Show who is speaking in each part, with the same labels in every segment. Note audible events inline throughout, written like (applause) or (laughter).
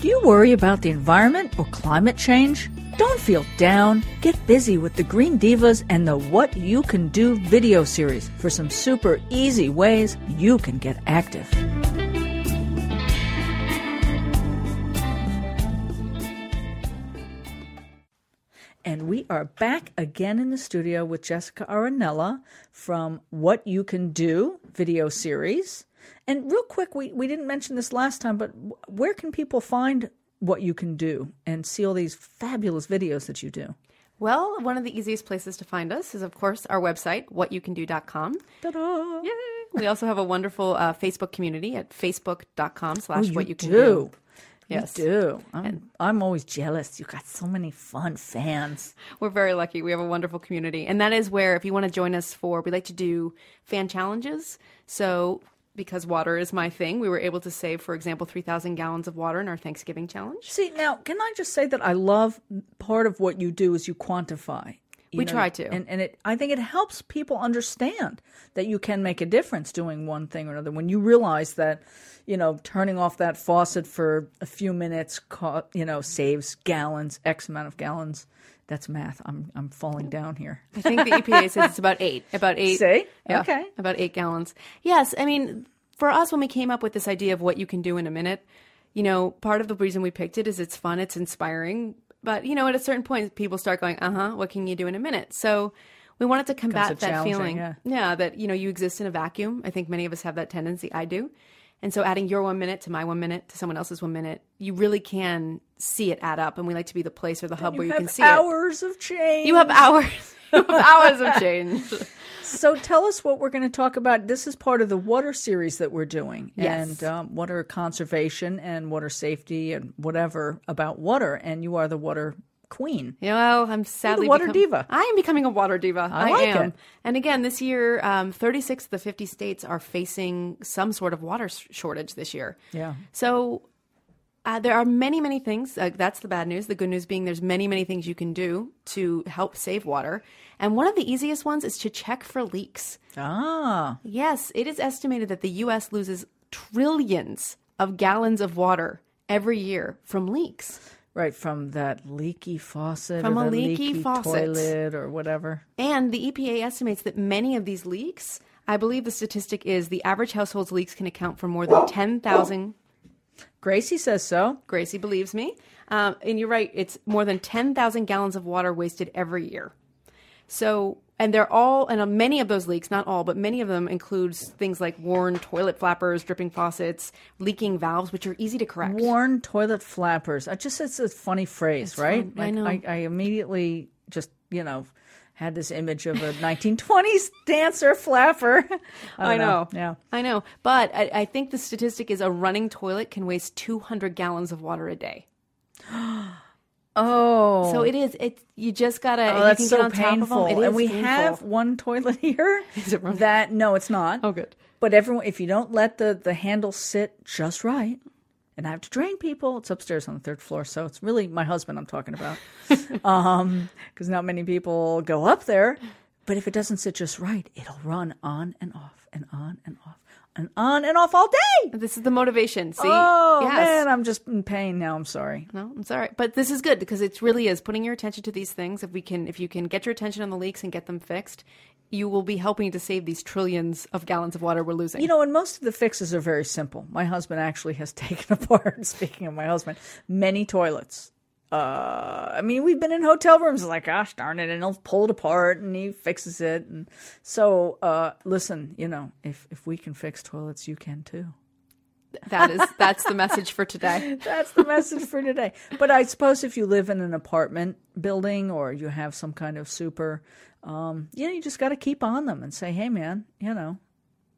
Speaker 1: Do you worry about the environment or climate change? Don't feel down. Get busy with the Green Divas and the What You Can Do video series for some super easy ways you can get active. And we are back again in the studio with Jessica Aranella from What You Can Do video series. And real quick, we, we didn't mention this last time, but w- where can people find what you can do and see all these fabulous videos that you do?
Speaker 2: Well, one of the easiest places to find us is, of course, our website, whatyoucando.com.
Speaker 1: Ta-da!
Speaker 2: Yay! We also have a wonderful uh, Facebook community at facebook.com slash
Speaker 1: Oh, you
Speaker 2: what you can
Speaker 1: do.
Speaker 2: do.
Speaker 1: You
Speaker 2: Yes.
Speaker 1: do. I'm, I'm always jealous. You got so many fun fans.
Speaker 2: We're very lucky. We have a wonderful community. And that is where, if you want to join us for, we like to do fan challenges. So, because water is my thing, we were able to save, for example, 3,000 gallons of water in our Thanksgiving challenge.
Speaker 1: See, now, can I just say that I love part of what you do is you quantify. you
Speaker 2: We try to.
Speaker 1: And, and it, I think it helps people understand that you can make a difference doing one thing or another. When you realize that, you know, turning off that faucet for a few minutes, co- you know, saves gallons, X amount of gallons. That's math. I'm, I'm falling down here.
Speaker 2: I think the EPA says it's about eight. About eight.
Speaker 1: See?
Speaker 2: Yeah,
Speaker 1: Okay.
Speaker 2: About eight gallons. Yes. I mean, for us, when we came up with this idea of what you can do in a minute, you know, part of the reason we picked it is it's fun, it's inspiring. But, you know, at a certain point, people start going, uh huh, what can you do in a minute? So we wanted to combat
Speaker 1: Becomes a
Speaker 2: that
Speaker 1: challenging,
Speaker 2: feeling.
Speaker 1: yeah.
Speaker 2: that, you know, you exist in a vacuum. I think many of us have that tendency. I do. And so adding your one minute to my one minute to someone else's one minute, you really can see it add up. And we like to be the place or the hub where you
Speaker 1: have
Speaker 2: can see it.
Speaker 1: hours of change.
Speaker 2: You have hours. (laughs) You have hours of change.
Speaker 1: So tell us what we're going to talk about. This is part of the water series that we're doing,
Speaker 2: Yes.
Speaker 1: and um, water conservation and water safety and whatever about water. And you are the water queen.
Speaker 2: (laughs) You know, I'm sadly
Speaker 1: water
Speaker 2: become-
Speaker 1: diva.
Speaker 2: I am becoming a water diva. I,
Speaker 1: like
Speaker 2: am.
Speaker 1: it.
Speaker 2: And again, this year, um, 36 of the 50 states are facing some sort of water s- shortage this year.
Speaker 1: Yeah.
Speaker 2: So uh, there are many, many things. Uh, that's the bad news. The good news being there's many, many things you can do to help save water. And one of the easiest ones is to check for leaks.
Speaker 1: Ah,
Speaker 2: Yes, it is estimated that the U.S. loses trillions of gallons of water every year from leaks.
Speaker 1: right from that leaky faucet,
Speaker 2: From
Speaker 1: or the
Speaker 2: a leaky faucet.
Speaker 1: toilet, or whatever.
Speaker 2: And the EPA estimates that many of these leaks, I believe the statistic is the average household's leaks can account for more than 10,000.
Speaker 1: Gracie says so.
Speaker 2: Gracie believes me. Um, and you're right, it's more than 10,000 gallons of water wasted every year. So, and they're all, and uh, many of those leaks, not all, but many of them includes things like worn toilet flappers, dripping faucets, leaking valves, which are easy to correct.
Speaker 1: Worn toilet flappers. I just it's a funny phrase, right?
Speaker 2: fun. I know.
Speaker 1: I, I immediately just you know had this image of a (laughs) 1920s dancer flapper. I, don't
Speaker 2: I know.
Speaker 1: Yeah.
Speaker 2: I know. But I, I think the statistic is a running toilet can waste 200 gallons of water a day.
Speaker 1: Oh.
Speaker 2: So it is. It you just gotta.
Speaker 1: Oh,
Speaker 2: you
Speaker 1: that's
Speaker 2: can
Speaker 1: so
Speaker 2: get on
Speaker 1: painful.
Speaker 2: Top of them. It is
Speaker 1: and we
Speaker 2: painful.
Speaker 1: have one toilet (laughs) here.
Speaker 2: (laughs) Is it wrong?
Speaker 1: That no, it's not.
Speaker 2: Oh, good.
Speaker 1: But everyone, if you don't let the the handle sit just right, and I have to drain people. It's upstairs on the third floor, so it's really my husband I'm talking
Speaker 2: (laughs)
Speaker 1: about, because not many people go up there. But if it doesn't sit just right, it'll run on and off and on and off and on and off all day.
Speaker 2: This is the motivation. See.
Speaker 1: Oh
Speaker 2: yes.
Speaker 1: man, I'm just in pain now. I'm sorry.
Speaker 2: No, I'm sorry, but this is good because it really is putting your attention to these things. If we can, if you can get your attention on the leaks and get them fixed, you will be helping to save these trillions of gallons of water we're losing.
Speaker 1: You know, and most of the fixes are very simple. My husband actually has (laughs) taken apart, speaking of my husband, many toilets. Uh, I mean, we've been in hotel rooms like, gosh darn it, and he'll pull it apart and he fixes it. And so, uh, listen, you know, if if we can fix toilets, you can too.
Speaker 2: that (laughs) is that's the message for today.
Speaker 1: That's the message for today. But I suppose if you live in an apartment building or you have some kind of super, um, you know, you just got to keep on them and say, hey, man, you know,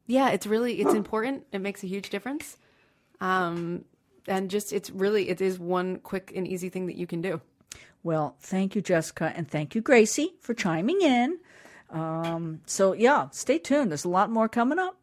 Speaker 2: Yeah, it's really it's important. It makes a huge difference. Um, and just it's really it is one quick and easy thing that you can do.
Speaker 1: Well, thank you, Jessica, and thank you, Gracie, for chiming in. Um, so, yeah, stay tuned. There's a lot more coming up.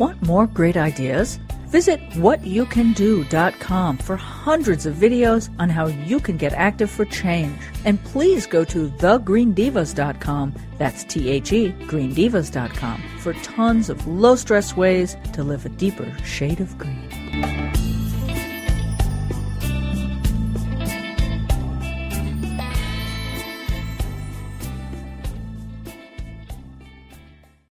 Speaker 1: Want more great ideas? Visit whatyoucando.com for hundreds of videos on how you can get active for change. And please go to thegreendivas.com, that's T H E, greendivas.com, for tons of low stress ways to live a deeper shade of green.